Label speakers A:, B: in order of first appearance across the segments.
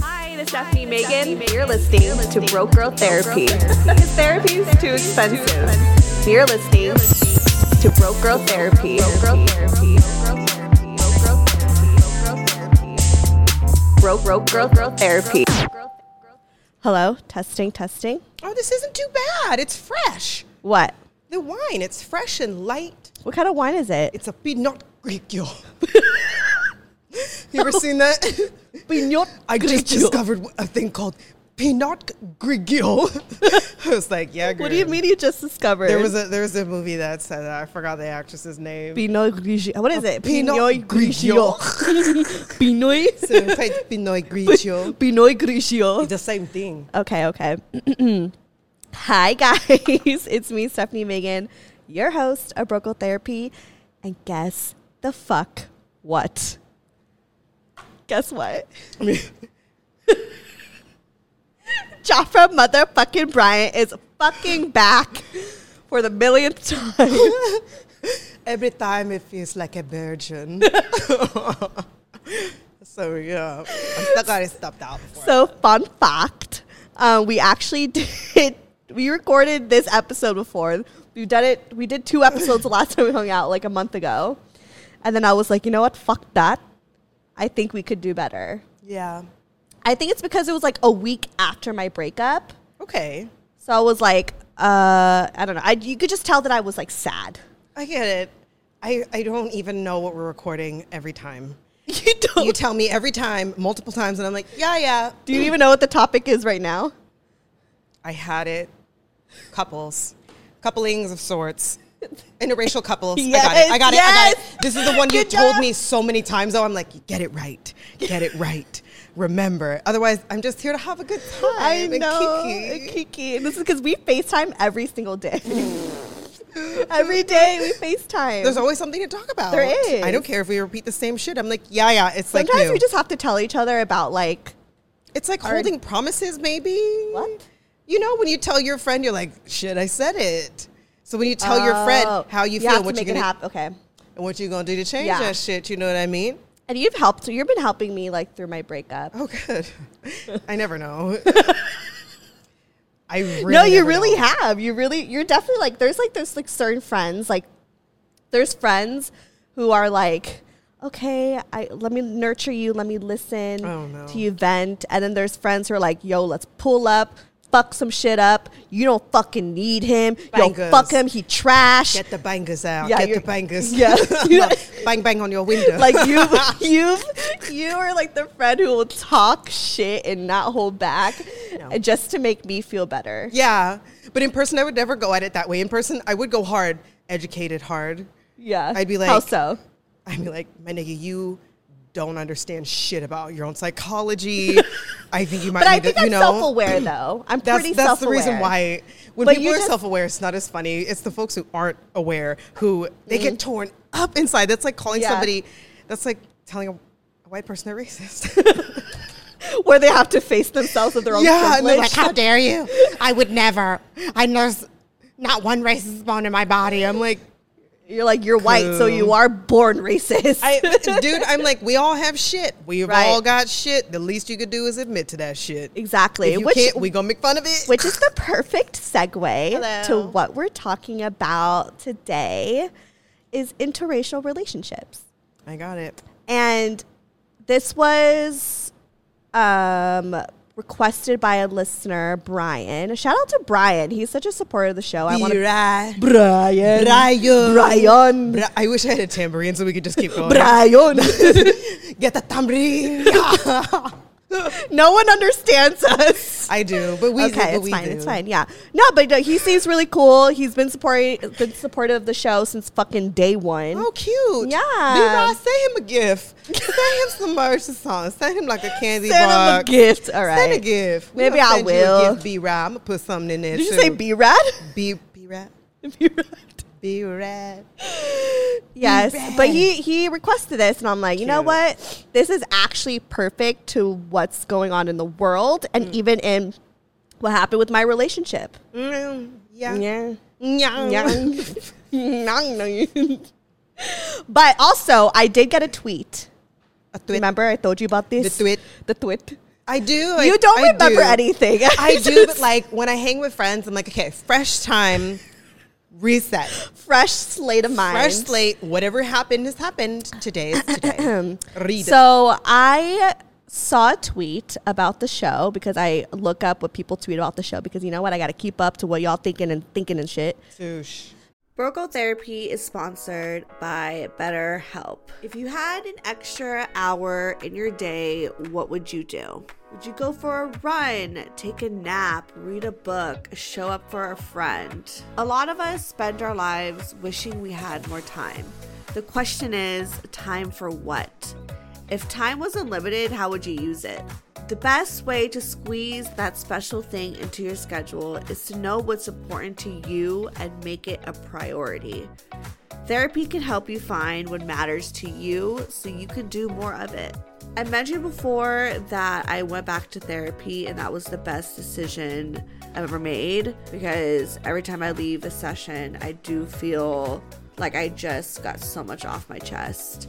A: Hi, this is Stephanie Megan. You're listening to Broke Girl Therapy. Because therapy is too expensive. You're listening to Broke Girl Therapy. Broke, broke girl, girl therapy. Hello, testing, testing.
B: Oh, this isn't too bad. It's fresh.
A: What?
B: The wine, it's fresh and light.
A: What kind of wine is it?
B: It's a Pinot Grigio. you ever seen that?
A: Pinot
B: I just discovered a thing called Pinot Grigio. I was like, yeah, girl.
A: What do you mean you just discovered?
B: There was a there was a movie that said that. I forgot the actress's name.
A: Pinot Grigio. What is it?
B: Pinot
A: Pinot.
B: So, Pinot Grigio.
A: Pinot Grigio.
B: It's the same thing.
A: Okay, okay. Hi, guys. It's me, Stephanie Megan, your host of Brocal Therapy. And guess the fuck what? Guess what? Jafra motherfucking Bryant is fucking back for the millionth time.
B: Every time it feels like a virgin. so yeah, I'm still glad it stopped out. for it.
A: So, fun fact: uh, we actually did. We recorded this episode before. We've done it. We did two episodes the last time we hung out, like a month ago. And then I was like, you know what? Fuck that. I think we could do better.
B: yeah.
A: I think it's because it was like a week after my breakup,
B: Okay.
A: so I was like, uh, I don't know. I you could just tell that I was like sad.
B: I get it. I, I don't even know what we're recording every time.
A: You don't.
B: You tell me every time, multiple times, and I'm like, yeah, yeah.
A: do you even know what the topic is right now?
B: I had it. Couples, couplings of sorts, interracial couples. I got it. I got it.
A: Yes,
B: I got it. This is the one you
A: good
B: told
A: job.
B: me so many times. Though I'm like, get it right. Get it right. Remember. Otherwise, I'm just here to have a good time.
A: I
B: and
A: know.
B: kiki.
A: Kiki. And This is because we FaceTime every single day. every day we FaceTime.
B: There's always something to talk about.
A: There is.
B: I don't care if we repeat the same shit. I'm like, yeah, yeah. It's like
A: Sometimes
B: you.
A: we just have to tell each other about like
B: It's like
A: Hard.
B: holding promises, maybe.
A: What?
B: You know, when you tell your friend, you're like, "Shit, I said it." So when you tell your
A: oh,
B: friend how you, feel,
A: have
B: what
A: to
B: you're
A: make it
B: gonna
A: happen. Okay.
B: and what you gonna do to change
A: Yeah.
B: that shit, you know what I mean?
A: And you've helped. You've been helping me like through my breakup.
B: Oh, good. I never know. I really
A: no, you
B: never
A: really
B: know.
A: have. You really, you're definitely like, there's like, there's like certain friends, like, there's friends who are like, okay, I let me nurture you, let me listen
B: Oh, no.
A: to you vent, and then there's friends who are like, yo, let's pull up, fuck some shit up. You don't fucking need him. Yo,
B: Bangers.
A: fuck him. He trash.
B: get the bangers out.
A: Yeah,
B: get the
A: you're-
B: bangers.
A: yeah.
B: bang bang on your window.
A: like you, you, you are like the friend who will talk shit and not hold back,
B: No.
A: uh, just to make me feel better.
B: yeah, but in person, I would never go at it that way. In person, I would go hard, educated hard.
A: Yeah,
B: I'd be
A: how
B: like,
A: so?
B: I'd be like, my nigga, you don't understand shit about your own psychology. I think you might
A: But I
B: need
A: think
B: to, you
A: I'm
B: know.
A: self-aware though. I'm
B: That's,
A: pretty
B: that's the
A: self-aware.
B: reason why when
A: But you
B: people are
A: just-
B: self-aware, it's not as funny. It's the folks who aren't aware who they get torn up inside. That's like calling
A: Mm-hmm. Yeah.
B: somebody. That's like telling a, a white person they're racist.
A: where they have to face themselves with their own
B: yeah, and they're
A: privilege.
B: like, how dare you?
C: I would never. I there's not one racist bone in my body.
B: I'm like,
A: You're like you're white, so you are born racist.
B: I, dude, I'm like, we all have shit. We've
A: Right.
B: all got shit. The least you could do is admit to that shit.
A: exactly.
B: If you
A: Which
B: can't, we gonna make fun of it.
A: which is the perfect segue
B: Hello.
A: to what we're talking about today is interracial relationships.
B: I got it.
A: And this was um, requested by a listener, Brian. Shout out to Brian. He's such a supporter of the show. I want to
B: Right.
A: Brian.
B: Brian.
A: Brian.
B: Bra- I wish I had a tambourine so we could just keep going.
A: Brian.
B: Get the tambourine.
A: no one understands us.
B: I do, but we do,
A: okay,
B: but
A: it's
B: we
A: fine.
B: do.
A: It's fine. Yeah. No, but uh, he seems really cool. He's been supporting, been supportive of the show since fucking day one.
B: Oh, cute.
A: Yeah.
B: B Rod, send him a gift. send him some merch or something. Send him like a candy
A: Send him
B: bar.
A: a gift. All right.
B: Send a gift. We
A: Maybe
B: gonna
A: I
B: send you a
A: will.
B: gift, B Rod. I'm gonna put something in there.
A: Did you
B: too.
A: say B Rad?
B: B B Rod?
A: B Rad.
B: B Rod.
A: Yes,
B: Be
A: but
B: rad.
A: he he requested this, and I'm like, you know
B: Cute.
A: what? This is actually perfect to what's going on in the world, and even in what happened with my relationship.
B: Mm, yeah.
A: Yeah.
B: Yeah.
A: but also, I did get a tweet.
B: A tweet.
A: Remember, I told you about this.
B: The tweet.
A: The tweet.
B: I do.
A: you
B: I,
A: don't
B: I
A: remember
B: do.
A: anything.
B: I do, but like when I hang with friends, I'm like, okay, fresh time, reset,
A: fresh slate of mind.
B: fresh slate. Whatever happened has happened. Today is today. Read it.
A: Um, So I saw a tweet about the show because I look up what people tweet about the show because you know what? I got to keep up to what y'all thinking and thinking and shit.
B: Sush.
D: Brocal Therapy is sponsored by BetterHelp. If you had an extra hour in your day, what would you do? Would you go for a run, take a nap, read a book, show up for a friend? A lot of us spend our lives wishing we had more time. The question is time for what? If time was unlimited, how would you use it? The best way to squeeze that special thing into your schedule is to know what's important to you and make it a priority. Therapy can help you find what matters to you so you can do more of it. I mentioned before that I went back to therapy and that was the best decision I've ever made because every time I leave a session, I do feel like I just got so much off my chest.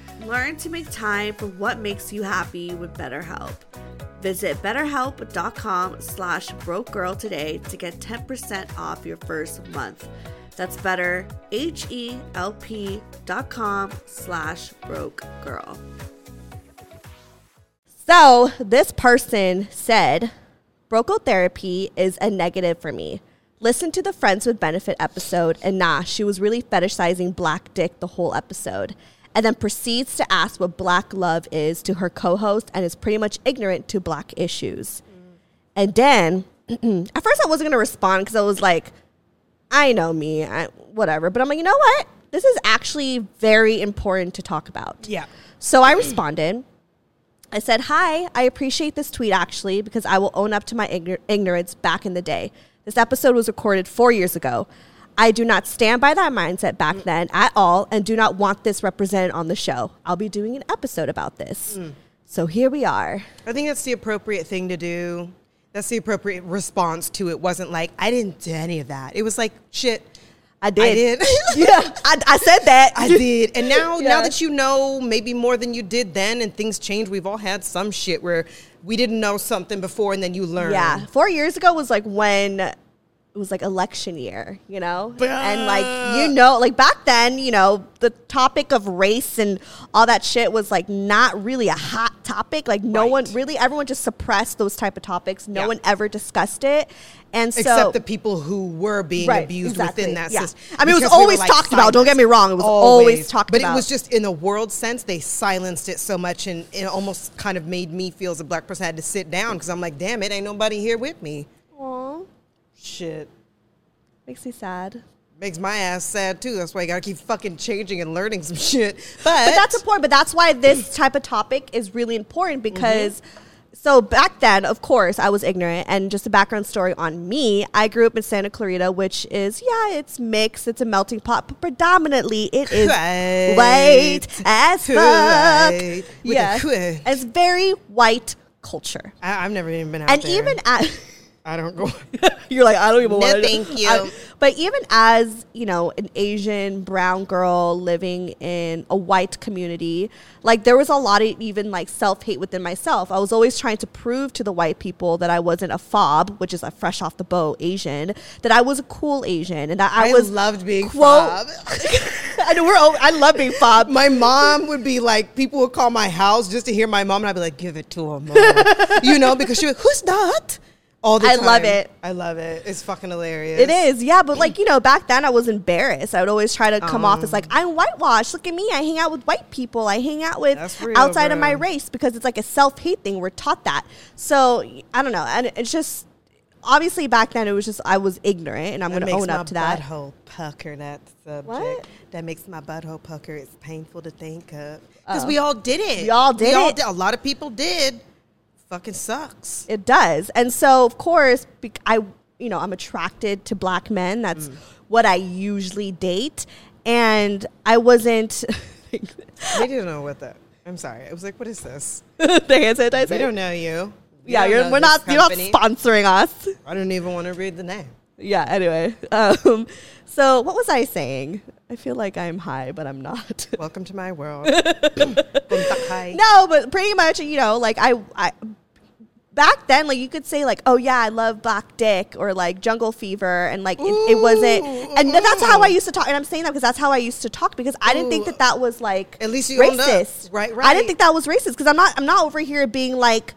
D: Learn to make time for what makes you happy with BetterHelp. Visit betterhelp.com slash broke girl today to get 10% off your first month. That's better, H-E-L-P dot com slash broke girl.
A: So this person said, Brocal therapy is a negative for me. Listen to the Friends with Benefit episode, and nah, she was really fetishizing black dick the whole episode. And then proceeds to ask what black love is to her co host and is pretty much ignorant to black issues. And then, at first, I wasn't going to respond because I was like, I know me, I, whatever. But I'm like, you know what? This is actually very important to talk about.
B: Yeah.
A: So I responded. I said, Hi, I appreciate this tweet actually because I will own up to my ignor- ignorance back in the day. This episode was recorded four years ago. I do not stand by that mindset back then at all and do not want this represented on the show. I'll be doing an episode about this. So here we are.
B: I think that's the appropriate thing to do. That's the appropriate response to it. Wasn't like I didn't do any of that. It was like shit.
A: I did.
B: I did.
A: yeah, I, I said that.
B: I did. And now, now
A: Yeah.
B: that you know maybe more than you did then, and things change, we've all had some shit where we didn't know something before, and then you learn.
A: Yeah, four years ago was like when it was like election year, you know, and like you know, like back then, you know, the topic of race and all that shit was like not really a hot topic. Like no one
B: Right.
A: really, everyone just suppressed those type of topics. No
B: Yeah.
A: one ever discussed it, and so
B: Except the people who were being
A: Right,
B: abused
A: exactly,
B: within that
A: yeah.
B: system.
A: I mean, it was
B: Because we were,
A: always talked about, don't get me wrong, it was always talked
B: but
A: about.
B: it was just in a world sense, they silenced it so much, and it almost kind of made me feel as a black person I had to sit down because I'm like, damn, it ain't nobody here with me.
A: Aw,
B: Shit.
A: makes me sad.
B: Makes my ass sad too. That's why you gotta keep fucking changing and learning some shit. But, Mm-hmm.
A: But that's the point. But that's why this type of topic is really important because So back then, of course, I was ignorant. And just a background story on me I grew up in Santa Clarita, which is, yeah, it's mixed, it's a melting pot, but predominantly it is
B: Quite.
A: white as fuck.
B: Quite. With a
A: Yeah.
B: quite.
A: It's very white culture.
B: I, I've never even been out
A: And
B: there.
A: even at.
B: I don't go.
A: You're like, I don't even want to.
B: thank you.
A: but even as, you know, an Asian brown girl living in a white community, like there was a lot of even like self hate within myself. I was always trying to prove to the white people that I wasn't a fob, which is a fresh off the boat Asian, that I was a cool Asian and that I,
B: I
A: was
B: loved being
A: quote-
B: fob.
A: I know we're all, I love being fob.
B: My mom would be like, people would call my house just to hear my mom, and I'd be like, give it to him, mom. you know, because she would, who's that? All the
A: I
B: time.
A: love it.
B: I love it. It's fucking hilarious.
A: It is, yeah. But like you know, back then I was embarrassed. I would always try to come off as like
B: Um.
A: I'm whitewashed. Look at me. I hang out with white people. I hang out with
B: That's real,
A: outside of
B: bro.
A: my race because it's like a self hate thing. We're taught that. So I don't know, and it's just obviously back then it was just I was ignorant, and I'm going to own up to that.
B: butthole pucker that subject.
A: What?
B: That makes my butthole pucker. It's painful to think of because we all did it.
A: We all did it.
B: A lot of people did. Fucking sucks.
A: It does. And so, of course, bec- I, you know, I'm attracted to black men. That's
B: Mm.
A: what I usually date. And I wasn't.
B: they didn't know what that. I'm sorry. I was like, what is this?
A: the hand sanitizer.
B: We don't know you. We
A: yeah,
B: don't
A: you're,
B: know
A: we're
B: this
A: not. You're not
B: company.
A: sponsoring us.
B: I don't even want to read the name.
A: yeah anyway um so what was i saying i feel like i'm high but i'm not
B: Welcome to my world. Buntakai.
A: no but pretty much you know like i i back then like you could say like oh yeah i love black dick or like jungle fever and like it, it wasn't and th- that's how i used to talk and i'm saying that because that's how i used to talk because i didn't think that that was like
B: At least you owned up.
A: racist
B: Right,
A: i
B: right.
A: didn't think that was racist because i'm not i'm not over here being like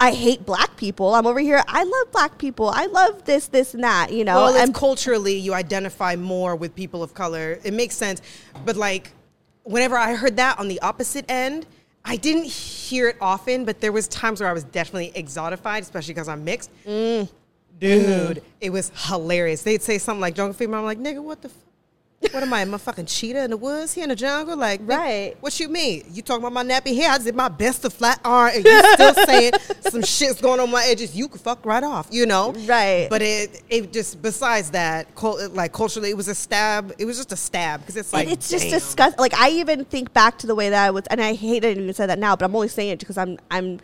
A: I hate black people. I'm over here. I love black people. I love this, this, and that. You know,
B: Well,
A: and
B: and culturally, you identify more with people of color. It makes sense. But like, whenever I heard that on the opposite end, I didn't hear it often. But there was times where I was definitely exotified, especially because I'm mixed.
A: Mm.
B: Dude, it was hilarious. They'd say something like "jungle fever." I'm like, "Nigga, what the." F- what am I? Am I fucking cheetah in the woods here in the jungle? Like, nigga,
A: Right.
B: What you mean? You talking about my nappy hair? I did my best to flat iron, and you still saying some shit's going on my edges. You could fuck right off, you know?
A: Right.
B: But it it just besides that, cul- like culturally, it was a stab. It was just a stab because it's like
A: And it's just
B: damn.
A: disgusting. Like I even think back to the way that I was, and I hate it even say that now, but I'm only saying it because I'm I'm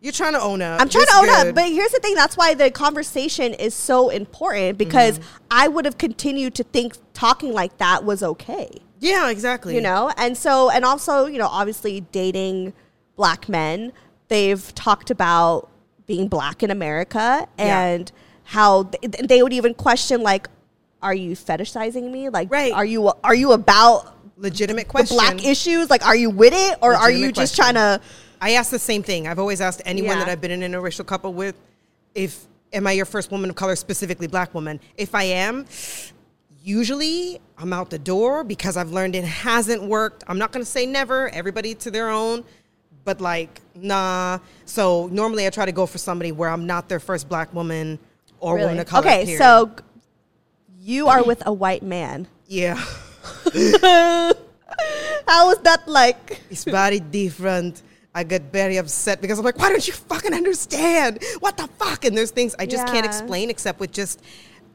B: You're trying to own up.
A: I'm trying
B: It's
A: to own
B: good.
A: up. But here's the thing: that's why the conversation is so important because
B: Mm-hmm.
A: I would have continued to think talking like that was okay,
B: yeah, exactly.
A: you know. And so, and also, you know, obviously dating black men, they've talked about being black in America
B: Yeah.
A: and how th- they would even question like. Are you fetishizing me? Like,
B: Right.
A: are you are you about
B: legitimate
A: the
B: question.
A: black issues? Like, are you with it or are you
B: Legitimate
A: just
B: question.
A: trying to?
B: I ask the same thing. I've always asked anyone
A: Yeah.
B: that I've been in an interracial couple with, if am I your first woman of color, specifically black woman? If I am, usually I'm out the door because I've learned it hasn't worked. I'm not gonna say never. Everybody to their own, but like nah. So normally I try to go for somebody where I'm not their first black woman or woman of color.
A: okay,
B: period.
A: so g- you are with a white man.
B: yeah,
A: How was that like?
B: it's very different. I get very upset because I'm like, why don't you fucking understand? What the fuck? And there's things I just can't
A: Yeah.
B: explain except with just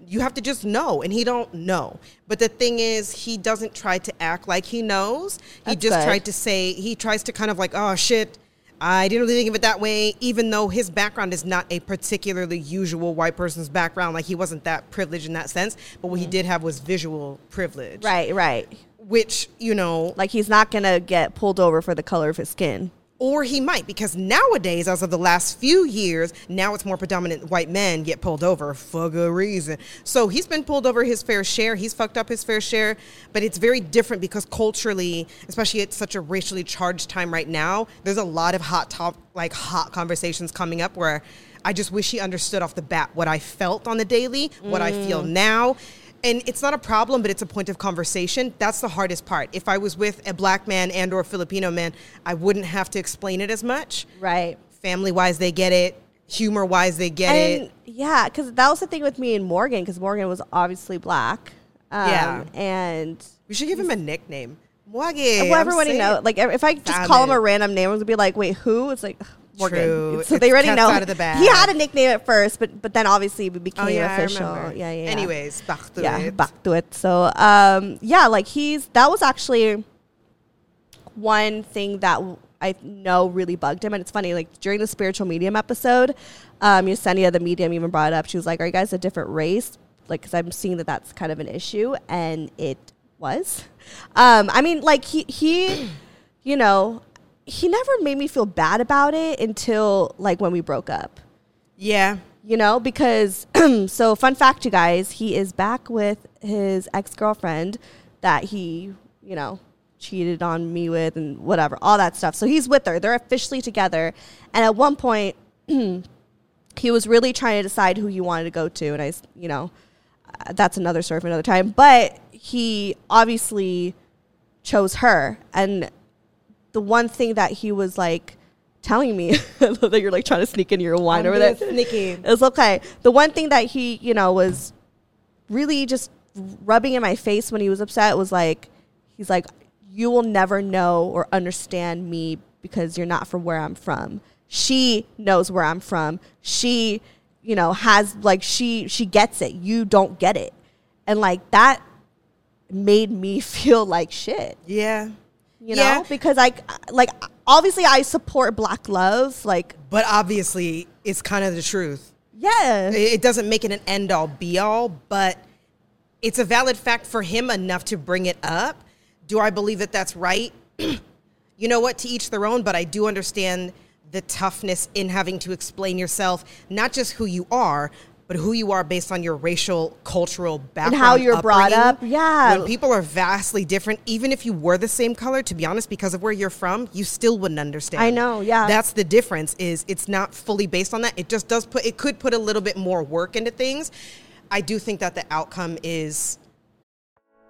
B: you have to just know and he don't know. But the thing is he doesn't try to act like he knows. He
A: That's
B: just
A: good.
B: tried to say he tries to kind of like, oh shit, I didn't really think of it that way, even though his background is not a particularly usual white person's background. Like he wasn't that privileged in that sense. But what he did have was visual privilege.
A: Mm. Right, right.
B: Which, you know,
A: Like he's not gonna get pulled over for the color of his skin.
B: or he might because nowadays as of the last few years now it's more predominant white men get pulled over for good reason so he's been pulled over his fair share he's fucked up his fair share but it's very different because culturally especially at such a racially charged time right now there's a lot of hot top like hot conversations coming up where i just wish he understood off the bat what i felt on the daily what i feel now and it's not a problem but it's a point of conversation that's the hardest part if i was with a black man and or filipino man i wouldn't have to explain it as much
A: Right.
B: family wise they get it humor wise they get
A: And
B: it
A: yeah, because that was the thing with me and Morgan, because Morgan was obviously black. Um,
B: Yeah.
A: And
B: we should give him a nickname Mwage,
A: well, everybody
B: knows.
A: know. Like, if I just call him
B: Salmon.
A: a random name, I'm gonna be like, "Wait, who?" It's like, ugh, we're
B: True.
A: good. So
B: It's
A: they already
B: cats
A: know
B: out of the bag.
A: He had a nickname at first, but but then obviously we became
B: Oh yeah,
A: official.
B: I remember.
A: Yeah, yeah, yeah.
B: Anyways, back to
A: yeah,
B: it.
A: back to it. So um, yeah, like he's that was actually one thing that w- I know really bugged him, and it's funny. Like during the spiritual medium episode, um, Yesenia, the medium, even brought it up. She was like, "Are you guys a different race?" Like, because I'm seeing that that's kind of an issue, and it was. Um, I mean, like he he, you know, he never made me feel bad about it until like when we broke up
B: Yeah.
A: you know because so fun fact you guys he is back with his ex-girlfriend that he you know cheated on me with and whatever all that stuff so he's with her they're officially together and at one point he was really trying to decide who he wanted to go to and i s- you know uh, that's another story for another time but he obviously chose her and the one thing that he was like telling me I love that you're like trying to sneak in your wine over there
B: Nikki.
A: it's okay. The one thing that he, you know, was really just rubbing in my face when he was upset was like, he's like, you will never know or understand me because you're not from where I'm from. She knows where I'm from. She, you know, has like she she gets it. You don't get it, and like that made me feel like shit
B: Yeah.
A: you
B: Yeah.
A: know because i like obviously i support black love like
B: But obviously, it's kind of the truth.
A: yeah
B: It it doesn't make it an end all be all, but it's a valid fact for him enough to bring it up. Do I believe that that's right? you know what? To each their own, but I do understand the toughness in having to explain yourself, not just who you are, but who you are based on your racial, cultural background.
A: you're brought
B: upbringing.
A: up, yeah.
B: When people are vastly different, even if you were the same color, to be honest, because of where you're from, you still wouldn't understand.
A: I know, yeah.
B: That's that's the difference is it's not fully based on that it just does put it could put a little bit more work into things i do think that the outcome is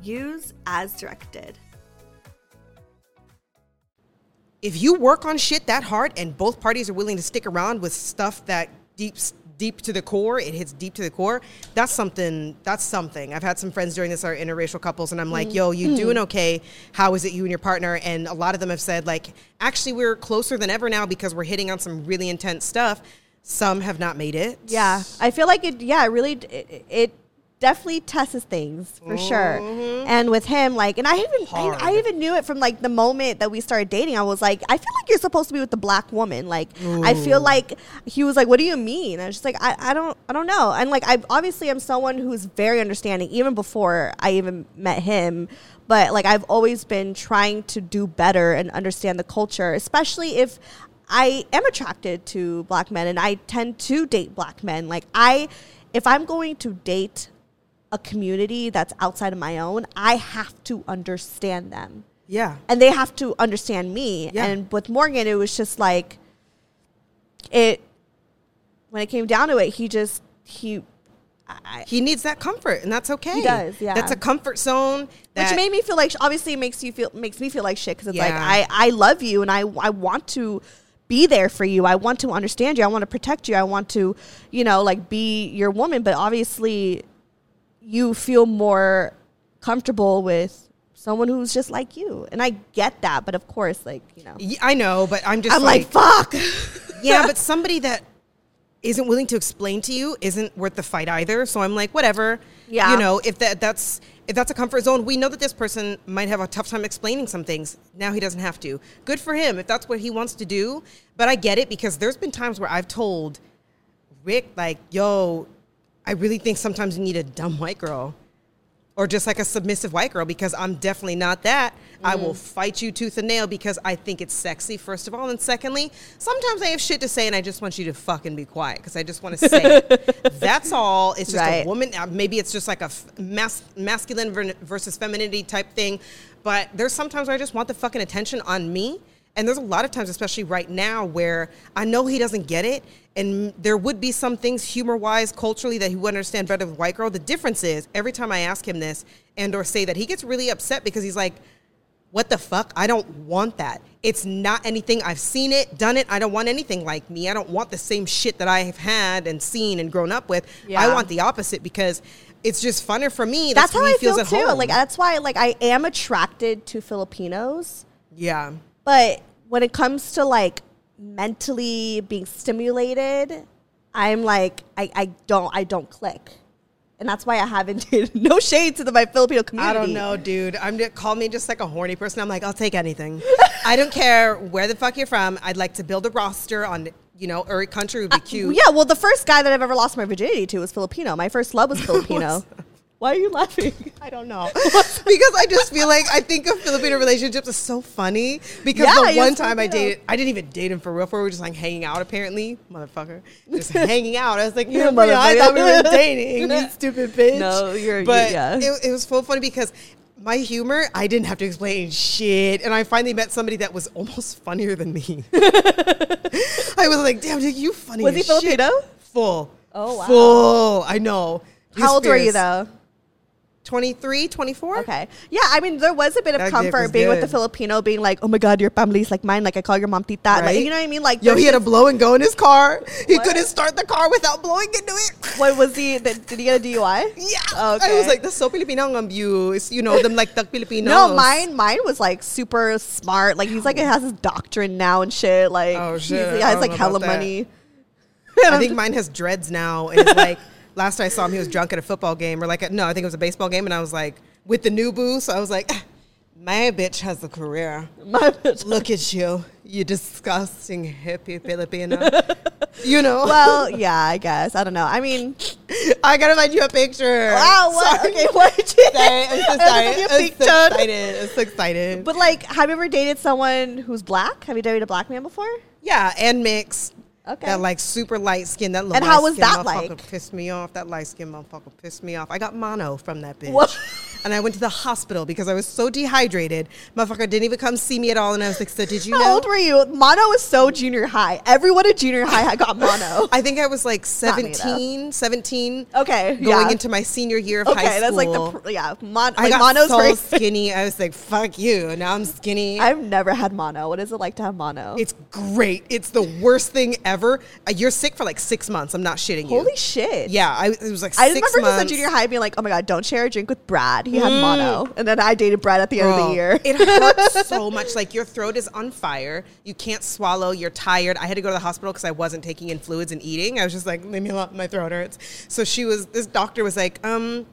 D: Use as directed.
B: if you work on shit that hard and both parties are willing to stick around with stuff that deep deep to the core it hits deep to the core that's something that's something i've had some friends during this are interracial couples and i'm
A: Mm.
B: like yo you doing okay how is it you and your partner and a lot of them have said like actually we're closer than ever now because we're hitting on some really intense stuff some have not made it
A: Yeah, I feel like it. Yeah, it really, d- it, it definitely tests things for sure.
D: Mm-hmm.
A: And with him, like, and I even I, I
B: Hard.
A: even knew it from like the moment that we started dating. I was like, I feel like you're supposed to be with the black woman. Like, I feel like he was like, "What do you mean?" And I was just like, I, I don't I don't know. And like, I obviously am someone who's very understanding, even before I even met him. But like, I've always been trying to do better and understand the culture, especially if I am attracted to black men and I tend to date black men. Like I if I'm going to date a community that's outside of my own, I have to understand them.
B: yeah
A: And they have to understand me.
B: Yeah.
A: And with Morgan it was just like it when it came down to it, he just he I,
B: He needs that comfort, and that's okay.
A: He does, yeah.
B: That's a comfort zone.
A: which
B: that-
A: made me feel like obviously it makes you feel makes me feel like shit because it's like
B: Yeah.
A: I I love you and I I want to be there for you. I want to understand you. I want to protect you. I want to you know like be your woman. But obviously, you feel more comfortable with someone who's just like you, and I get that. But of course, like you know,
B: Y- I know, but I'm just
A: I'm like, fuck.
B: yeah, but somebody that isn't willing to explain to you isn't worth the fight either. So I'm like, whatever.
A: Yeah.
B: You know, if that that's if that's a comfort zone, we know that this person might have a tough time explaining some things. Now he doesn't have to. Good for him if that's what he wants to do. But I get it because there's been times where I've told Rick like, "Yo, I really think sometimes you need a dumb white girl." Or just like a submissive white girl, because I'm definitely not that. I will fight you tooth and nail because I think it's sexy, first of all. And secondly, sometimes I have shit to say and I just want you to fucking be quiet because I just want to say it. That's all. It's just
A: Right.
B: a woman. uh, Maybe it's just like a f- mas- masculine ver- versus femininity type thing. But there's sometimes where I just want the fucking attention on me. And there's a lot of times, especially right now, where I know he doesn't get it. And there would be some things humor-wise, culturally, that he would understand better with white girl. The difference is, every time I ask him this and or say that, he gets really upset because he's like, what the fuck? I don't want that. It's not anything. I've seen it, done it. I don't want anything like me. I don't want the same shit that I have had and seen and grown up with. I
A: Yeah.
B: want the opposite because it's just funner for me.
A: that's how
B: when
A: I
B: he
A: feel
B: feels
A: too.
B: at home.
A: Like that's why like I am attracted to Filipinos.
B: yeah.
A: But when it comes to like mentally being stimulated, I'm like I, I don't I don't click. And that's why I haven't dated no shade to the my Filipino
B: I
A: community.
B: don't know, dude. I'm just, call me just like a horny person. I'm like, I'll take anything. I don't care where the fuck you're from. I'd like to build a roster on, you know, every country would be cute.
A: Uh, Yeah, well the first guy that I've ever lost my virginity to was Filipino. My first love was Filipino. why are you laughing?
B: I don't know. because I just feel like I think of Filipino relationships as so funny. Because
A: Yeah,
B: the
A: you're
B: one time I
A: Filipino.
B: dated, I didn't even date him for real. For we were just like hanging out, apparently, motherfucker, just hanging out. I was like,
A: You
B: you know, I
A: motherfucker.
B: thought we were dating, you stupid bitch.
A: No, you're- you-
B: but
A: yeah.
B: it, it was so funny because. My humor, I didn't have to explain shit. And I finally met somebody that was almost funnier than me. I was like, damn, dude, you funny
A: Was he
B: as shit.
A: Filipino?
B: Full.
A: Oh, wow.
B: Full. I know. He was
A: How old were you
B: fierce.
A: though?
B: 23, 24?
A: Okay. Yeah, I mean, there was a bit of
B: That dick was
A: comfort being with the
B: good.
A: Filipino, being like, oh my God, your family's like mine. Like, I call your mom tita. Like,
B: Right?
A: you know what I mean? Like,
B: Yo, he
A: there's
B: had a blow and go in his car. He
A: What?
B: couldn't start the car without blowing into it.
A: What was he? Did did he get a DUI?
B: Yeah.
A: Oh, Okay.
B: I was like, that's so Filipino of you. It's, you know, them like the Filipinos.
A: no, mine, mine was like super smart. Like he's like, it has his doctrine now and shit. Like,
B: Oh,
A: he's-
B: shit.
A: he
B: I
A: has
B: don't
A: like
B: know
A: hella
B: about that.
A: money.
B: I think mine has dreads now. And it's like, last I saw him, he was drunk at a football game or like, a, no, I think it was a baseball game. And I was like, with the new boo. So I was like, "Ah, my bitch has a career.
A: My bitch.
B: Look at you. You disgusting hippie Filipino. you know,
A: well, yeah, I guess I don't know. I mean,
B: I gotta find you a picture.
A: wow, what?
B: Sorry.
A: Okay, what? did-
B: Sorry, I'm so
A: I was like,
B: sorry.
A: you
B: I'm
A: big
B: so
A: chud.
B: excited. I'm so excited.
A: But like, have you ever dated someone who's black? Have you dated a black man before?
B: Yeah, and mixed.
A: Okay.
B: That like super light skin. That little
A: And how
B: light
A: was
B: skin
A: that
B: motherfucker
A: like?
B: Pissed me off. That light skin motherfucker pissed me off. I got mono from that bitch.
A: What?
B: And I went to the hospital because I was so dehydrated. Motherfucker didn't even come see me at all. And I was like, so did you
A: How
B: know?
A: old were you? Mono is so junior high. Everyone at junior high had got mono.
B: I think I was like
A: Not me, though.
B: 17, 17.
A: Okay,
B: Going
A: yeah.
B: into my senior year of
A: okay,
B: high school.
A: that's like the pr- yeah. Mon-
B: I
A: like
B: got
A: mono's
B: so
A: very-
B: skinny. I was like, fuck you. Now I'm skinny.
A: I've never had mono. What is it like to have mono?
B: it's great. It's the worst thing ever. Uh, You're sick for like six months. I'm not shitting you.
A: Holy shit.
B: Yeah, I it was like
A: I
B: six
A: remember
B: months.
A: just
B: Mm.
A: in junior high being like, oh my God, don't share a drink with Brad. He had mono. And then I dated Brad at the end of
B: Girl,
A: the year.
B: it hurts so much. Like your throat is on fire. You can't swallow. You're tired. I had to go to the hospital because I wasn't taking in fluids and eating. I was just like, leave me alone. My throat hurts. So she was. This doctor was like, um,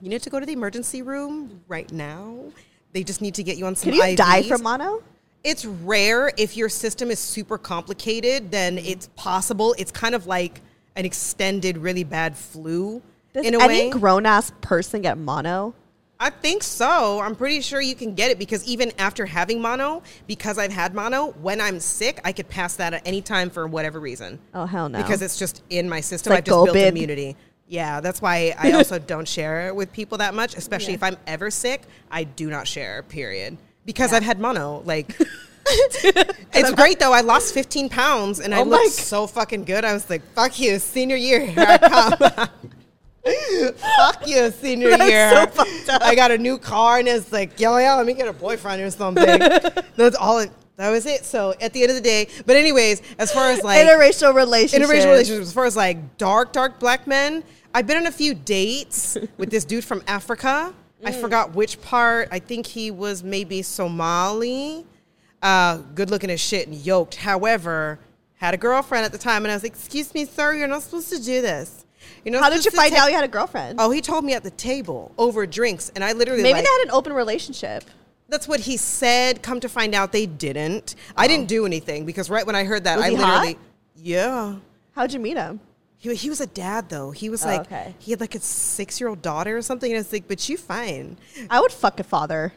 B: you need to go to the emergency room right now. They just need to get you on some.
A: Can you die
B: IVs."
A: from mono?
B: It's rare if your system is super complicated, then it's possible. It's kind of like an extended, really bad flu.
A: Does
B: in a
A: any
B: way.
A: grown ass person get mono?
B: I think so. I'm pretty sure you can get it because even after having mono, because I've had mono, when I'm sick, I could pass that at any time for whatever reason.
A: Oh, hell no.
B: Because it's just in my system.
A: like
B: I've just built
A: COVID.
B: immunity. Yeah, that's why I also don't share it with people that much, especially if I'm ever sick. I do not share, period. Because I've had mono. Like, it's great though. I lost 15 pounds and I
A: Oh my
B: looked
A: g-
B: so fucking good. I was like, fuck you, senior year, here I come. Fuck you, senior year.
A: so fucked up.
B: I got a new car and it's like, yeah, yeah, let me get a boyfriend or something. That's all. It, that was it. So at the end of the day, but anyways, as far as like
A: interracial relationship.
B: interracial relationships, as far as like dark, dark black men, I've been on a few dates with this dude from Africa. I
A: Mm.
B: forgot which part. I think he was maybe Somali. Uh, good looking as shit and yoked. However, had a girlfriend at the time, and I was like, "Excuse me, sir, you're not supposed to do this." You know,
A: How did you find out you had a girlfriend?
B: Oh, he told me at the table over drinks, and I literally
A: Maybe
B: like-
A: they had an open relationship.
B: that's what he said. Come to find out, they didn't. I didn't do anything because right when I heard that,
A: Was
B: I
A: he hot?
B: literally, yeah.
A: How'd you meet him?
B: He, he was a dad though. He was
A: Oh,
B: like
A: okay.
B: he had like a six year old daughter or something, and it's like, but you fine.
A: I would fuck a father.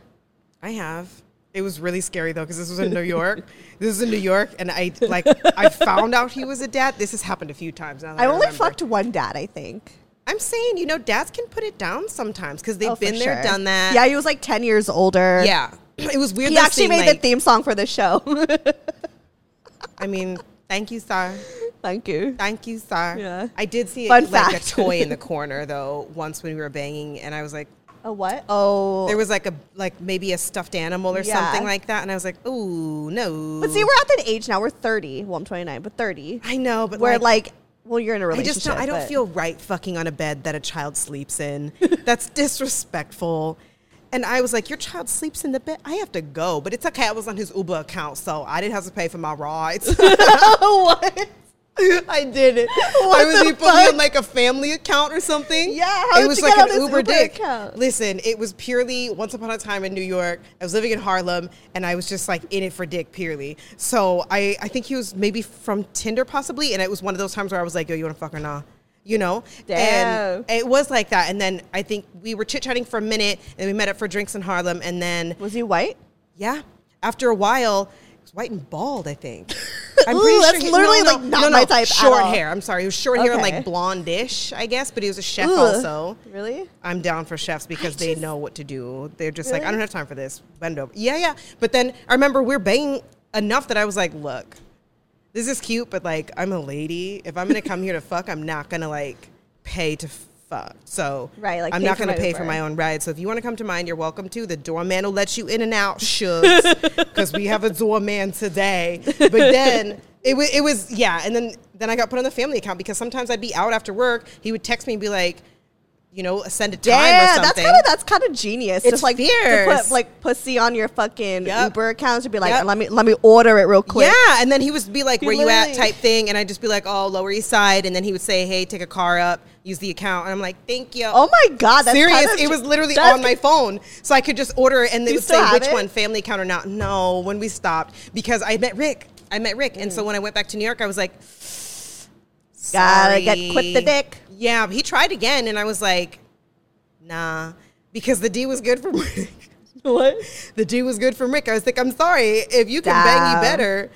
B: I have. It was really scary though because this was in New York. this is in New York, and I like I found out he was a dad. This has happened a few times. Now that
A: I only
B: remember.
A: fucked one dad, I think.
B: I'm saying you know dads can put it down sometimes because they've
A: Oh, for
B: been there,
A: sure.
B: done that.
A: Yeah, he was like 10 years older.
B: yeah. It was weird.
A: He
B: though
A: actually
B: seeing,
A: made the
B: like,
A: theme song for the show.
B: I mean, thank you, sir.
A: Thank you.
B: Thank you, sir.
A: Yeah.
B: I did see
A: Fun
B: it, like
A: fact.
B: a toy in the corner though once when we were banging, and I was like,
A: A what? Oh.
B: there was like a like maybe a stuffed animal or
A: Yeah.
B: something like that, and I was like, ooh, no.
A: but see, we're at that age now. We're 30. Well, I'm 29, but 30.
B: I know, but
A: where
B: like,
A: like, well, you're in a
B: I
A: relationship.
B: just don't, I don't
A: but-
B: feel right fucking on a bed that a child sleeps in. That's disrespectful. And I was like, your child sleeps in the bed. I have to go, but it's okay. I was on his Uber account, so I didn't have to pay for my rides.
A: what?
B: I did it.
A: What
B: I was
A: the
B: he put me
A: fuck?
B: on like a family account or something.
A: Yeah, how
B: it
A: did
B: was
A: you
B: like
A: get
B: an
A: on his
B: Uber,
A: Uber
B: dick.
A: account?
B: Listen, it was purely once upon a time in New York. I was living in Harlem, and I was just like in it for dick purely. So I, I think he was maybe from Tinder possibly, and it was one of those times where I was like, yo, you want to fuck or nah? You know,
A: Damn.
B: and it was like that. And then I think we were chit chatting for a minute, and we met up for drinks in Harlem, and then
A: Was he white?
B: yeah. After a while, he was white and bald, I think.
A: Ooh, that's literally, like, not my type at
B: Short
A: all.
B: hair. I'm sorry. He was short hair and
A: Okay.
B: like blondish, I guess, but he was a chef
A: Ugh.
B: also.
A: Really?
B: I'm down for chefs because they know what to do. They're just like, I
A: Really?
B: don't have time for this. Bend over. Yeah, yeah. But then I remember we are banging enough that I was like, look, this is cute, but like, I'm a lady. If I'm gonna come here to fuck, I'm not gonna like pay to fuck. So
A: Right, like,
B: I'm
A: pay
B: not
A: for
B: gonna
A: my
B: pay for
A: Uber.
B: my own ride. So if you want to come to mine, you're welcome to. The doorman will let you in and out, shucks, because we have a doorman today. But then. It was, it was, yeah. And then, then I got put on the family account because sometimes I'd be out after work. He would text me and be like, you know, send a time
A: Yeah,
B: or
A: that's
B: something.
A: kind of that's kind of genius.
B: It's
A: Just like to
B: fierce.
A: put like pussy on your fucking
B: Yep.
A: Uber account to be like,
B: Yep.
A: let me let me order it real quick.
B: Yeah, and then he would be like,
A: He
B: "Where you at?"
A: literally-
B: type thing, and I'd just be like, "Oh, Lower East Side," and then he would say, "Hey, take a car up, use the account," and I'm like, "Thank you."
A: Oh my god, that's
B: serious!
A: kinda
B: it was
A: ge-
B: literally
A: that's-
B: on my phone, so I could just order, it and they
A: You
B: would
A: still
B: say
A: have
B: which
A: it?
B: one, family account or not. No, when we stopped because I met Rick, I met Rick, and so
A: Mm.
B: when I went back to New York, I was like,
A: Gotta get
B: "Sorry."
A: quit the dick.
B: Yeah, he tried again, and I was like, "Nah," because the D was good for Rick.
A: What?
B: The D was good from Rick. I was like, I'm sorry. If you can bang
A: Damn.
B: you better,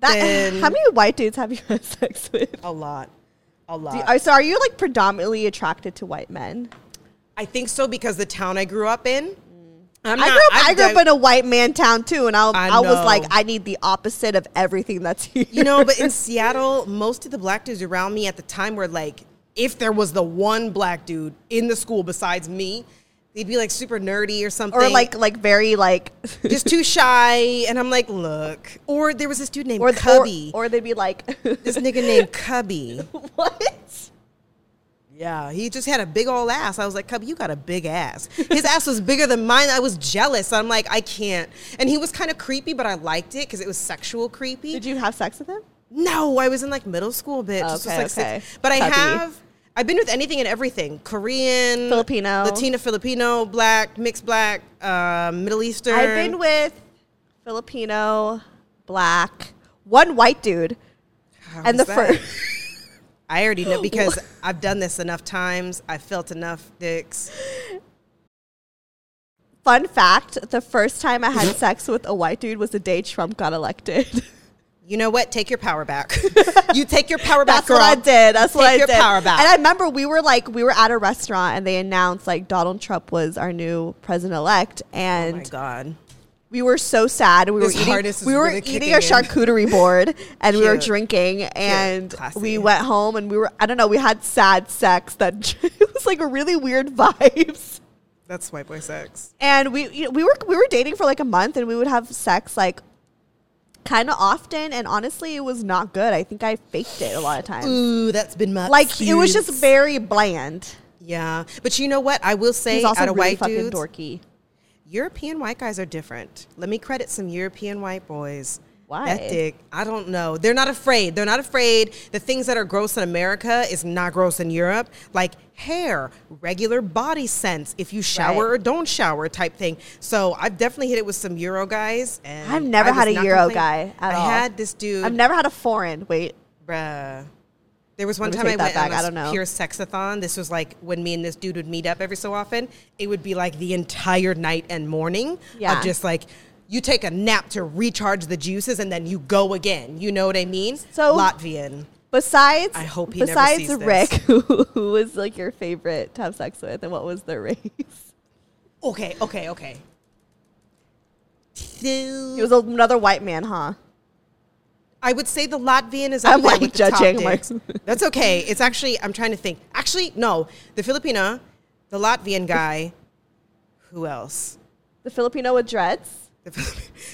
A: That,
B: then
A: how many white dudes have you had sex with?
B: A lot. A lot.
A: Do you- so are you like predominantly attracted to white men?
B: I think so because the town I grew up in. I'm
A: Mm. I
B: not-
A: grew up,
B: I've
A: I grew up
B: done-
A: in a white man town too, and I, I,
B: I
A: was like,
B: know.
A: I need the opposite of everything that's here.
B: You know, but in Seattle, most of the black dudes around me at the time were like, if there was the one black dude in the school besides me, they'd be like super nerdy or something.
A: or like like very like
B: just too shy. And I'm like, look. Or there was this dude named
A: or
B: Cubby.
A: or, or they'd be like,
B: this nigga named Cubby.
A: what?
B: Yeah, he just had a big old ass. I was like, Cub, you got a big ass. His ass was bigger than mine. I was jealous. I'm like, I can't. And he was kind of creepy, but I liked it because it was sexual creepy.
A: Did you have sex with him?
B: no, I was in like middle school, bitch. This was,
A: Okay,
B: like, six-
A: okay.
B: But I
A: Cubby.
B: have. I've been with anything and everything: Korean,
A: Filipino.
B: Latina, Filipino, Black, mixed Black, uh, Middle Eastern.
A: I've been with Filipino, black, one white dude,
B: How
A: and the
B: was that?
A: first.
B: I already know because I've done this enough times. I felt enough dicks.
A: Fun fact: the first time I had sex with a white dude was the day Trump got elected.
B: You know what? Take your power back. you take your power back,
A: That's what I
B: girl.
A: did. That's what
B: Take
A: I
B: your
A: did.
B: power back.
A: And I remember we were like we were at a restaurant and they announced like Donald Trump was our new president elect
B: Oh my
A: and
B: god.
A: we were so sad. We
B: This
A: were
B: hardest
A: eating,
B: is
A: we were
B: really
A: eating a
B: kicking
A: charcuterie board, and we were
B: Cute.
A: drinking, and we
B: Classy.
A: went home, and we were I don't know. We had sad sex that it was like really weird vibes.
B: That's white boy sex.
A: And we you know, we were we were dating for like a month, and we would have sex like kind of often. And honestly, it was not good. I think I faked it a lot of times.
B: Ooh, that's been my
A: Like it was just
B: experience.
A: very bland.
B: yeah. But you know what? I will say,
A: He's
B: out
A: also
B: of
A: really
B: white
A: fucking
B: dudes,
A: dorky.
B: European white guys are different. Let me credit some European white boys.
A: Why?
B: That dick, I don't know. They're not afraid. They're not afraid. The things that are gross in America is not gross in Europe. Like hair, regular body sense, if you shower
A: Right.
B: or don't shower type thing. So I've definitely hit it with some Euro guys. And
A: I've never
B: I was
A: had a
B: not
A: Euro
B: complaining.
A: guy at
B: I
A: all.
B: had this dude.
A: I've never had a foreign. Wait,
B: Bruh. There was one
A: Let me
B: time I
A: take that
B: went on
A: back.
B: a
A: I don't know.
B: pure sexathon. This was like when me and this dude would meet up every so often. It would be like the entire night and morning
A: Yeah.
B: of just like you take a nap to recharge the juices and then you go again. You know what I mean?
A: So-
B: Latvian.
A: Besides,
B: I hope he never
A: besides
B: sees this.
A: Rick, who, who was like your favorite to have sex with, and what was their race?
B: Okay, okay, okay.
A: He was another white man, huh?
B: I would say the Latvian is up
A: I'm,
B: there
A: like,
B: with the top
A: judging, like-
B: dicks. That's okay. It's actually I'm trying to think. Actually, no, the Filipina, the Latvian guy. Who else?
A: The Filipino with dreads.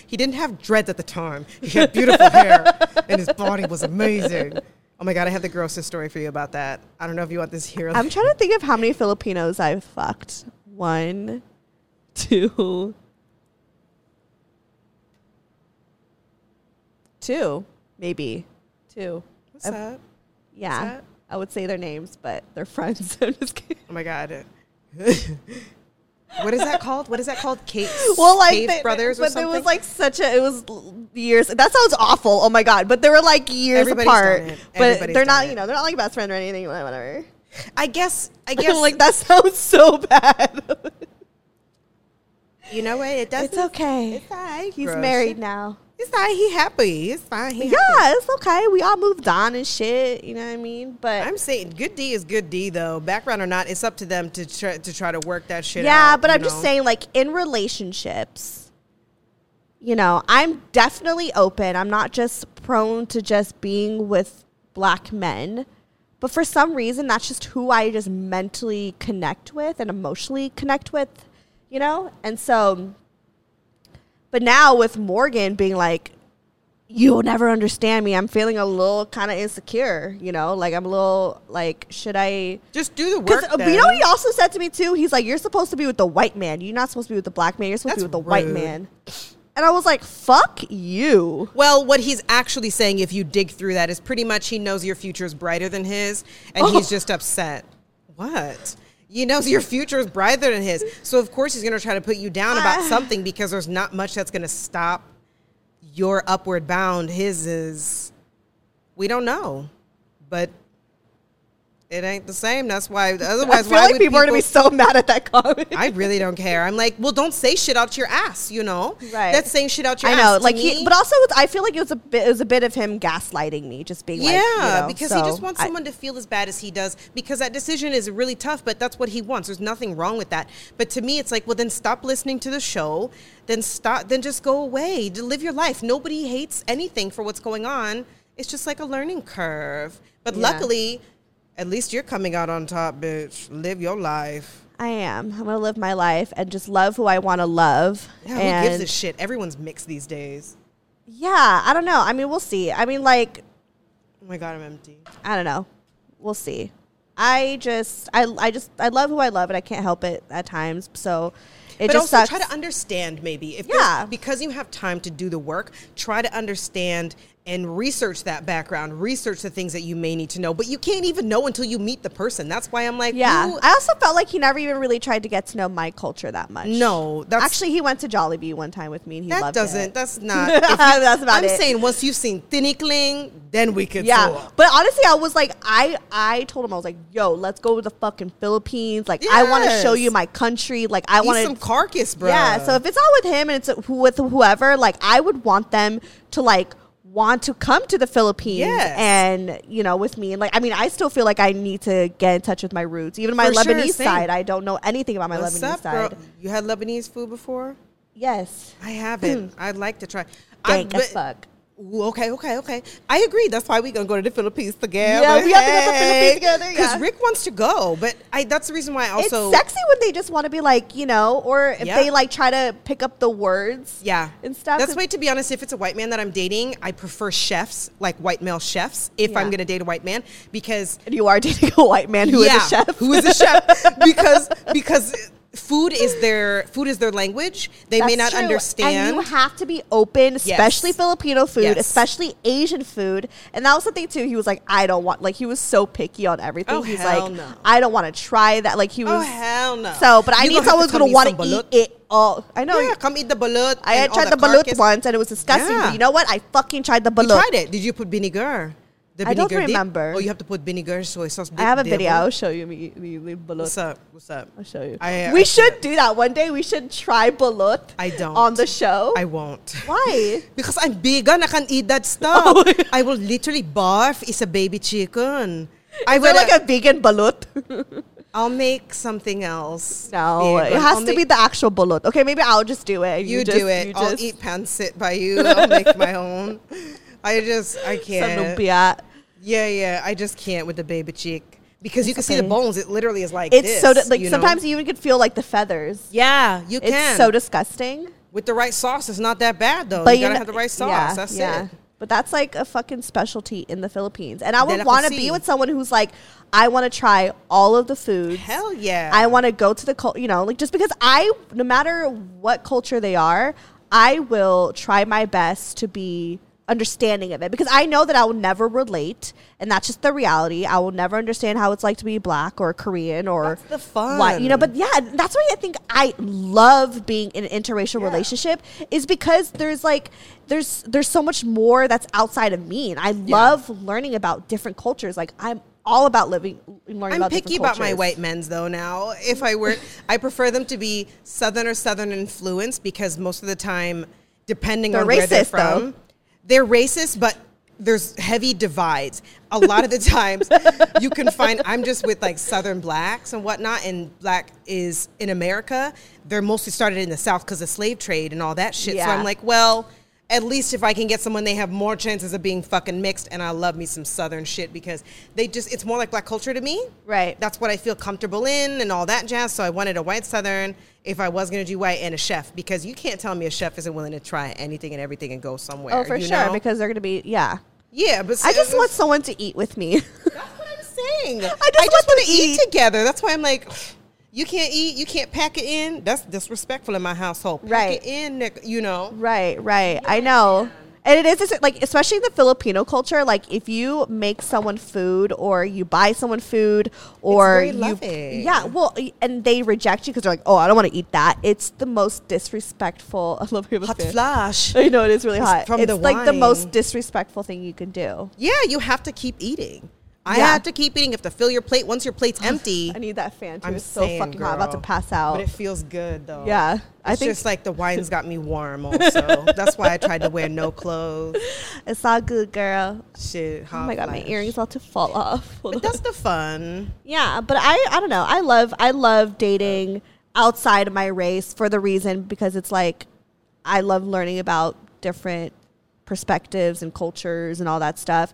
B: he didn't have dreads at the time. He had beautiful hair, and his body was amazing. Oh my god, I have the grossest story for you about that. I don't know if you want this here.
A: I'm trying to think of how many Filipinos I've fucked. One, two, two, maybe two.
B: What's up?
A: Yeah,
B: that?
A: I would say their names, but they're friends. I'm just kidding.
B: Oh my god. what is that called? What is that called? Kate.
A: well, like
B: Cave
A: they-
B: brothers
A: but
B: or something.
A: it was like such a it was l- years. That sounds awful. Oh my god! But they were like years
B: Everybody's
A: apart.
B: done it.
A: But
B: Everybody's
A: they're
B: done
A: not,
B: it.
A: you know, they're not like best friend or anything. Whatever.
B: I guess. I
A: Yeah,
B: guess.
A: like that sounds so bad.
B: you know what? It does.
A: it's okay.
B: It's alright.
A: He's
B: Gross.
A: married now.
B: It's alright. He happy. It's fine. He
A: Yeah,
B: happy.
A: it's okay. We all moved on and shit. You know what I mean? But
B: I'm saying good D is good D though. Background or not, it's up to them to try to try to work that shit out.
A: yeah, but
B: you
A: I'm just
B: know?
A: saying, like in relationships, you know, I'm definitely open. I'm not just prone to just being with black men, but for some reason, that's just who I just mentally connect with and emotionally connect with, you know. And so, but now with Morgan being like. You'll never understand me. I'm feeling a little kind of insecure, you know? Like, I'm a little, like, should I
B: Just do the work.
A: because uh, you
B: then.
A: know what he also said to me too. He's like, "You're supposed to be with the white man. You're not supposed to be with the black man. You're supposed to
B: That's
A: be with the white
B: rude.
A: man." And I was like, "Fuck you."
B: Well, what he's actually saying, if you dig through that, is pretty much he knows your future is brighter than his, and
A: Oh.
B: he's just upset. What? He knows your future is brighter than his, so of course he's going to try to put you down about
A: Ah.
B: something because there's not much that's going to stop your upward bound. His is, we don't know, but it ain't the same. That's why.
A: I
B: Otherwise,
A: feel
B: why
A: like
B: would
A: people, are gonna be so mad at that comment.
B: I really don't care. I'm like, well, don't say shit out your ass. You know,
A: Right.
B: That's saying shit out your
A: I
B: ass.
A: know,
B: to
A: like
B: me-
A: he, but also it's, I feel like it was a bit, it was a bit of him gaslighting me, just being like,
B: yeah,
A: you know,
B: because
A: so
B: he just wants
A: I-
B: someone to feel as bad as he does. Because that decision is really tough, but that's what he wants. There's nothing wrong with that. But to me, it's like, well, then stop listening to the show. Then stop. Then just go away. To live your life. Nobody hates anything for what's going on. It's just like a learning curve. But
A: Yeah.
B: luckily, at least you're coming out on top, bitch. Live your life.
A: I am. I'm gonna live my life and just love who I want to love.
B: Yeah,
A: and
B: who gives a shit? Everyone's mixed these days.
A: yeah, I don't know. I mean, we'll see. I mean, like
B: Oh my god, I'm empty.
A: I don't know. We'll see. I just, I, I just, I love who I love, and I can't help it at times. So it
B: but
A: just
B: also
A: sucks.
B: try to understand maybe if
A: Yeah.
B: yeah. because you have time to do the work try to understand and research that background research the things that you may need to know but you can't even know until you meet the person that's why i'm like
A: yeah,
B: you-
A: I also felt like he never even really tried to get to know my culture that much.
B: no that's
A: actually, he went to Jollibee one time with me, and he
B: that
A: loved
B: doesn't
A: it.
B: that's not if you-
A: That's about
B: i'm
A: it.
B: saying once you've seen thinnikling then we could
A: yeah,
B: talk.
A: but honestly, I was like, I I told him I was like, "Yo, let's go to the fucking Philippines. Like, I want to show
B: Yes.
A: you my country. Like, I
B: Eat
A: want
B: some carcass bro
A: Yeah, so if it's all with him and it's who- with whoever, like I would want them to like want to come to the Philippines
B: Yes.
A: and you know with me and like I mean I still feel like I need to get in touch with my roots. Even my
B: For sure,
A: Lebanese
B: same.
A: side, I don't know anything about my
B: What's
A: Lebanese
B: up,
A: side.
B: girl? You had Lebanese food before?
A: Yes.
B: I
A: Hmm.
B: haven't. I'd like to try. I-
A: Dank as fuck.
B: Ooh, okay, okay, okay. I agree. That's why we're gonna go to the Philippines together.
A: Yeah, we have to go to the Philippines together,
B: Because
A: yeah.
B: Rick wants to go, but I that's the reason why I also
A: it's sexy when they just want to be like, you know, or if
B: Oh, Yeah.
A: they like try to pick up the words.
B: Yeah.
A: And stuff.
B: That's why, to be honest, if it's a white man that I'm dating, I prefer chefs, like white male chefs, if
A: Yeah.
B: I'm going to date a white man, because
A: And you are dating a white man who is
B: yeah,
A: a chef.
B: who is a chef, because because food is their food is their language. They may
A: That's
B: not
A: true.
B: understand.
A: And you have to be open, especially Filipino food,
B: Yes.
A: especially Asian food. And that was the thing too. He was like, I don't want like he was so picky on everything.
B: Oh,
A: He's
B: hell
A: like,
B: no.
A: I don't want to try that. Like he
B: oh
A: was
B: hell no!
A: so but I
B: You
A: need
B: gonna have
A: someone who's
B: come
A: gonna
B: eat
A: want
B: some
A: to eat
B: balut.
A: it all. I know
B: Yeah, come eat the balut.
A: I
B: and
A: had
B: all
A: tried the balut
B: carcass.
A: once and it was disgusting.
B: Yeah.
A: But you know what? I fucking tried the
B: You
A: balut.
B: tried it. Did you put vinegar? The
A: I don't
B: vinegar dip?
A: remember.
B: Oh, you have to put vinegar, soy sauce.
A: I have a
B: dip,
A: video.
B: devil.
A: I'll show you me, me, me balut.
B: What's up? What's up?
A: I'll show you.
B: I, uh,
A: we
B: I
A: should do that one day. We should try balut.
B: I don't.
A: on the show.
B: I won't.
A: Why?
B: Because I'm vegan, I can't eat that stuff.
A: Oh,
B: I will literally barf. It's a baby chicken. I
A: Is there
B: will uh,
A: like a vegan balut?
B: I'll make something else.
A: No,
B: vegan.
A: it has
B: I'll
A: to be
B: make-
A: the actual bullet. Okay, maybe I'll just do it. and
B: You,
A: just-
B: do it.
A: you
B: I'll
A: just-
B: eat pancit by you. I'll make my own. I just I can't.
A: Sanubia.
B: Yeah, yeah. I just can't with the baby chick because you can see the
A: okay.
B: bones. It literally is like
A: It's
B: this,
A: so di- like
B: you know?
A: sometimes you even can feel like the feathers.
B: Yeah, you
A: It's
B: can.
A: so disgusting.
B: with the right sauce, it's not that bad though.
A: But
B: you gotta
A: kn-
B: have the right sauce.
A: yeah,
B: That's
A: yeah.
B: it.
A: But that's like a fucking specialty in the Philippines, and I would
B: Delicacy.
A: want to be with someone who's like, I want to try all of the foods.
B: Hell yeah.
A: I want to go to the culture, you know, like just because I, no matter what culture they are, I will try my best to be understanding of it because I know that I will never relate, and that's just the reality. I will never understand how it's like to be black or Korean or
B: That's the fun.
A: white, you know. But yeah, that's why I think I love being in an interracial relationship is because there's like there's there's so much more that's outside of me, and I love learning about different cultures. Like I'm all about living learning
B: I'm
A: about
B: picky
A: different
B: about my
A: cultures.
B: white men's though now. If I were, I prefer them to be Southern or Southern influenced because most of the time, depending
A: They're
B: on where they're
A: racist, though.
B: from, they're racist, but there's heavy divides. A lot of the times, you can find I'm just with like Southern blacks and whatnot, and black is in America. They're mostly started in the South because of slave trade and all that shit. So
A: Yeah.
B: I'm like, well. At least if I can get someone, they have more chances of being fucking mixed. And I love me some Southern shit because they just, it's more like black culture to me.
A: Right.
B: That's what I feel comfortable in and all that jazz. So I wanted a white Southern if I was going to do white and a chef because you can't tell me a chef isn't willing to try anything and everything and go somewhere.
A: Oh, for
B: you
A: sure,
B: know?
A: because they're gonna be yeah.
B: yeah, but
A: I just want someone to eat with me.
B: That's what I'm saying. I just,
A: want
B: want
A: to
B: to eat
A: eat.
B: together. That's why I'm like, you can't eat, you can't pack it in. That's disrespectful in my household. Pack
A: Right.
B: it in, Nick, you know.
A: right, right. I know. And it is it's like especially in the Filipino culture, like if you make someone food or you buy someone food or
B: very
A: you
B: loving.
A: yeah, well, y- and they reject you because they're like, oh, I don't want to eat that. It's the most disrespectful. I love you.
B: Hot flash.
A: I know it is really
B: It's
A: hot.
B: from
A: it's
B: the
A: like the most
B: wine.
A: disrespectful thing you can do.
B: Yeah, you have to keep eating. I
A: Yeah.
B: have to keep eating. You have to fill your plate. Once your plate's empty,
A: I need that fan too.
B: I'm
A: it's so
B: saying,
A: fucking hot. I'm about to
B: girl.
A: pass out.
B: But it feels good though.
A: Yeah,
B: It's
A: I think-
B: just like the wine's got me warm also. That's why I tried to wear no clothes.
A: it's all good, girl.
B: Shit.
A: Oh
B: hot
A: my god, my
B: flash.
A: earrings about to fall off. Hold
B: But that's the fun.
A: Yeah, but I I don't know. I love I love dating outside of my race for the reason because it's like I love learning about different perspectives and cultures and all that stuff.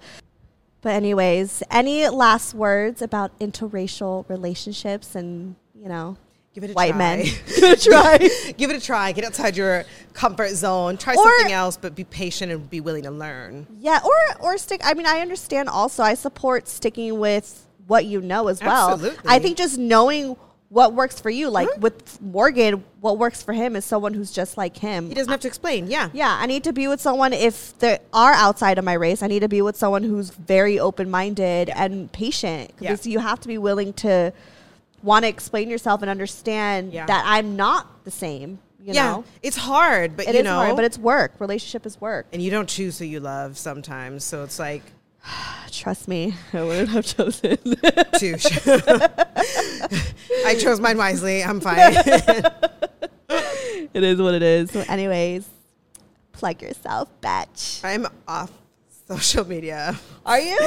A: But anyways, any last words about interracial relationships and, you know,
B: Give it a
A: white
B: try.
A: men. try.
B: Give it a try. Get outside your comfort zone. Try
A: Or-
B: something else, but be patient and be willing to learn.
A: Yeah, or or stick. I mean, I understand. Also, I support sticking with what you know as well.
B: Absolutely. Mm-hmm.
A: I think just knowing what works for you, like with Morgan, what works for him is someone who's just like him.
B: He doesn't have to explain. Yeah.
A: Yeah, I need to be with someone if they are outside of my race. I need to be with someone who's very open minded and patient
B: Yeah.
A: because you have to be willing to want to explain yourself and understand
B: Yeah.
A: that I'm not the same. You
B: yeah.
A: know,
B: It's hard, but
A: It is
B: you know.
A: hard, but it's work. Relationship is work.
B: and you don't choose who you love sometimes. So it's like,
A: Trust me, I wouldn't have chosen.
B: touche. I chose mine wisely. I'm fine.
A: it is what it is. So, anyways, plug yourself, bitch.
B: I'm off social media.
A: Are you?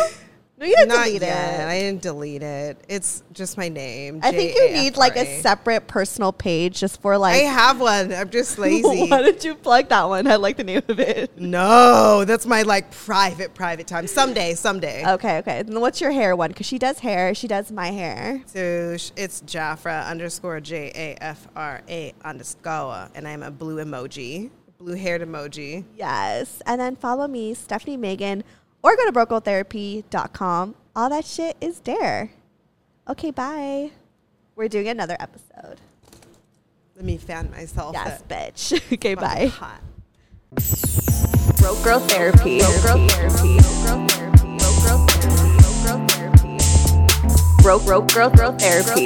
A: No, you didn't
B: Not
A: delete
B: yet.
A: it.
B: I didn't delete it. It's just my name.
A: I think you need like a
B: J.A.F.R.A..
A: separate personal page just for
B: I
A: like.
B: have one. I'm just lazy.
A: Why did you plug that one? I like the name of it.
B: no, that's my like private, private time. Someday, someday.
A: Okay, okay. Then what's your hair one? Because she does hair. She does my hair.
B: So sh- it's Jafra underscore J A F R A underscore, and I'm a blue emoji, blue haired emoji.
A: Yes. And then follow me, Stephanie Megan, or go to brocotherapy.com. All that shit is there. Okay, bye. We're doing another episode.
B: Let me fan myself.
A: Yes,
B: That-
A: bitch. okay,
B: fucking
A: bye.
B: Hot.
D: Broke girl therapy. Broke girl therapy. Broke girl therapy. Broke girl therapy. Broke girl therapy. Broke broke girl girl therapy.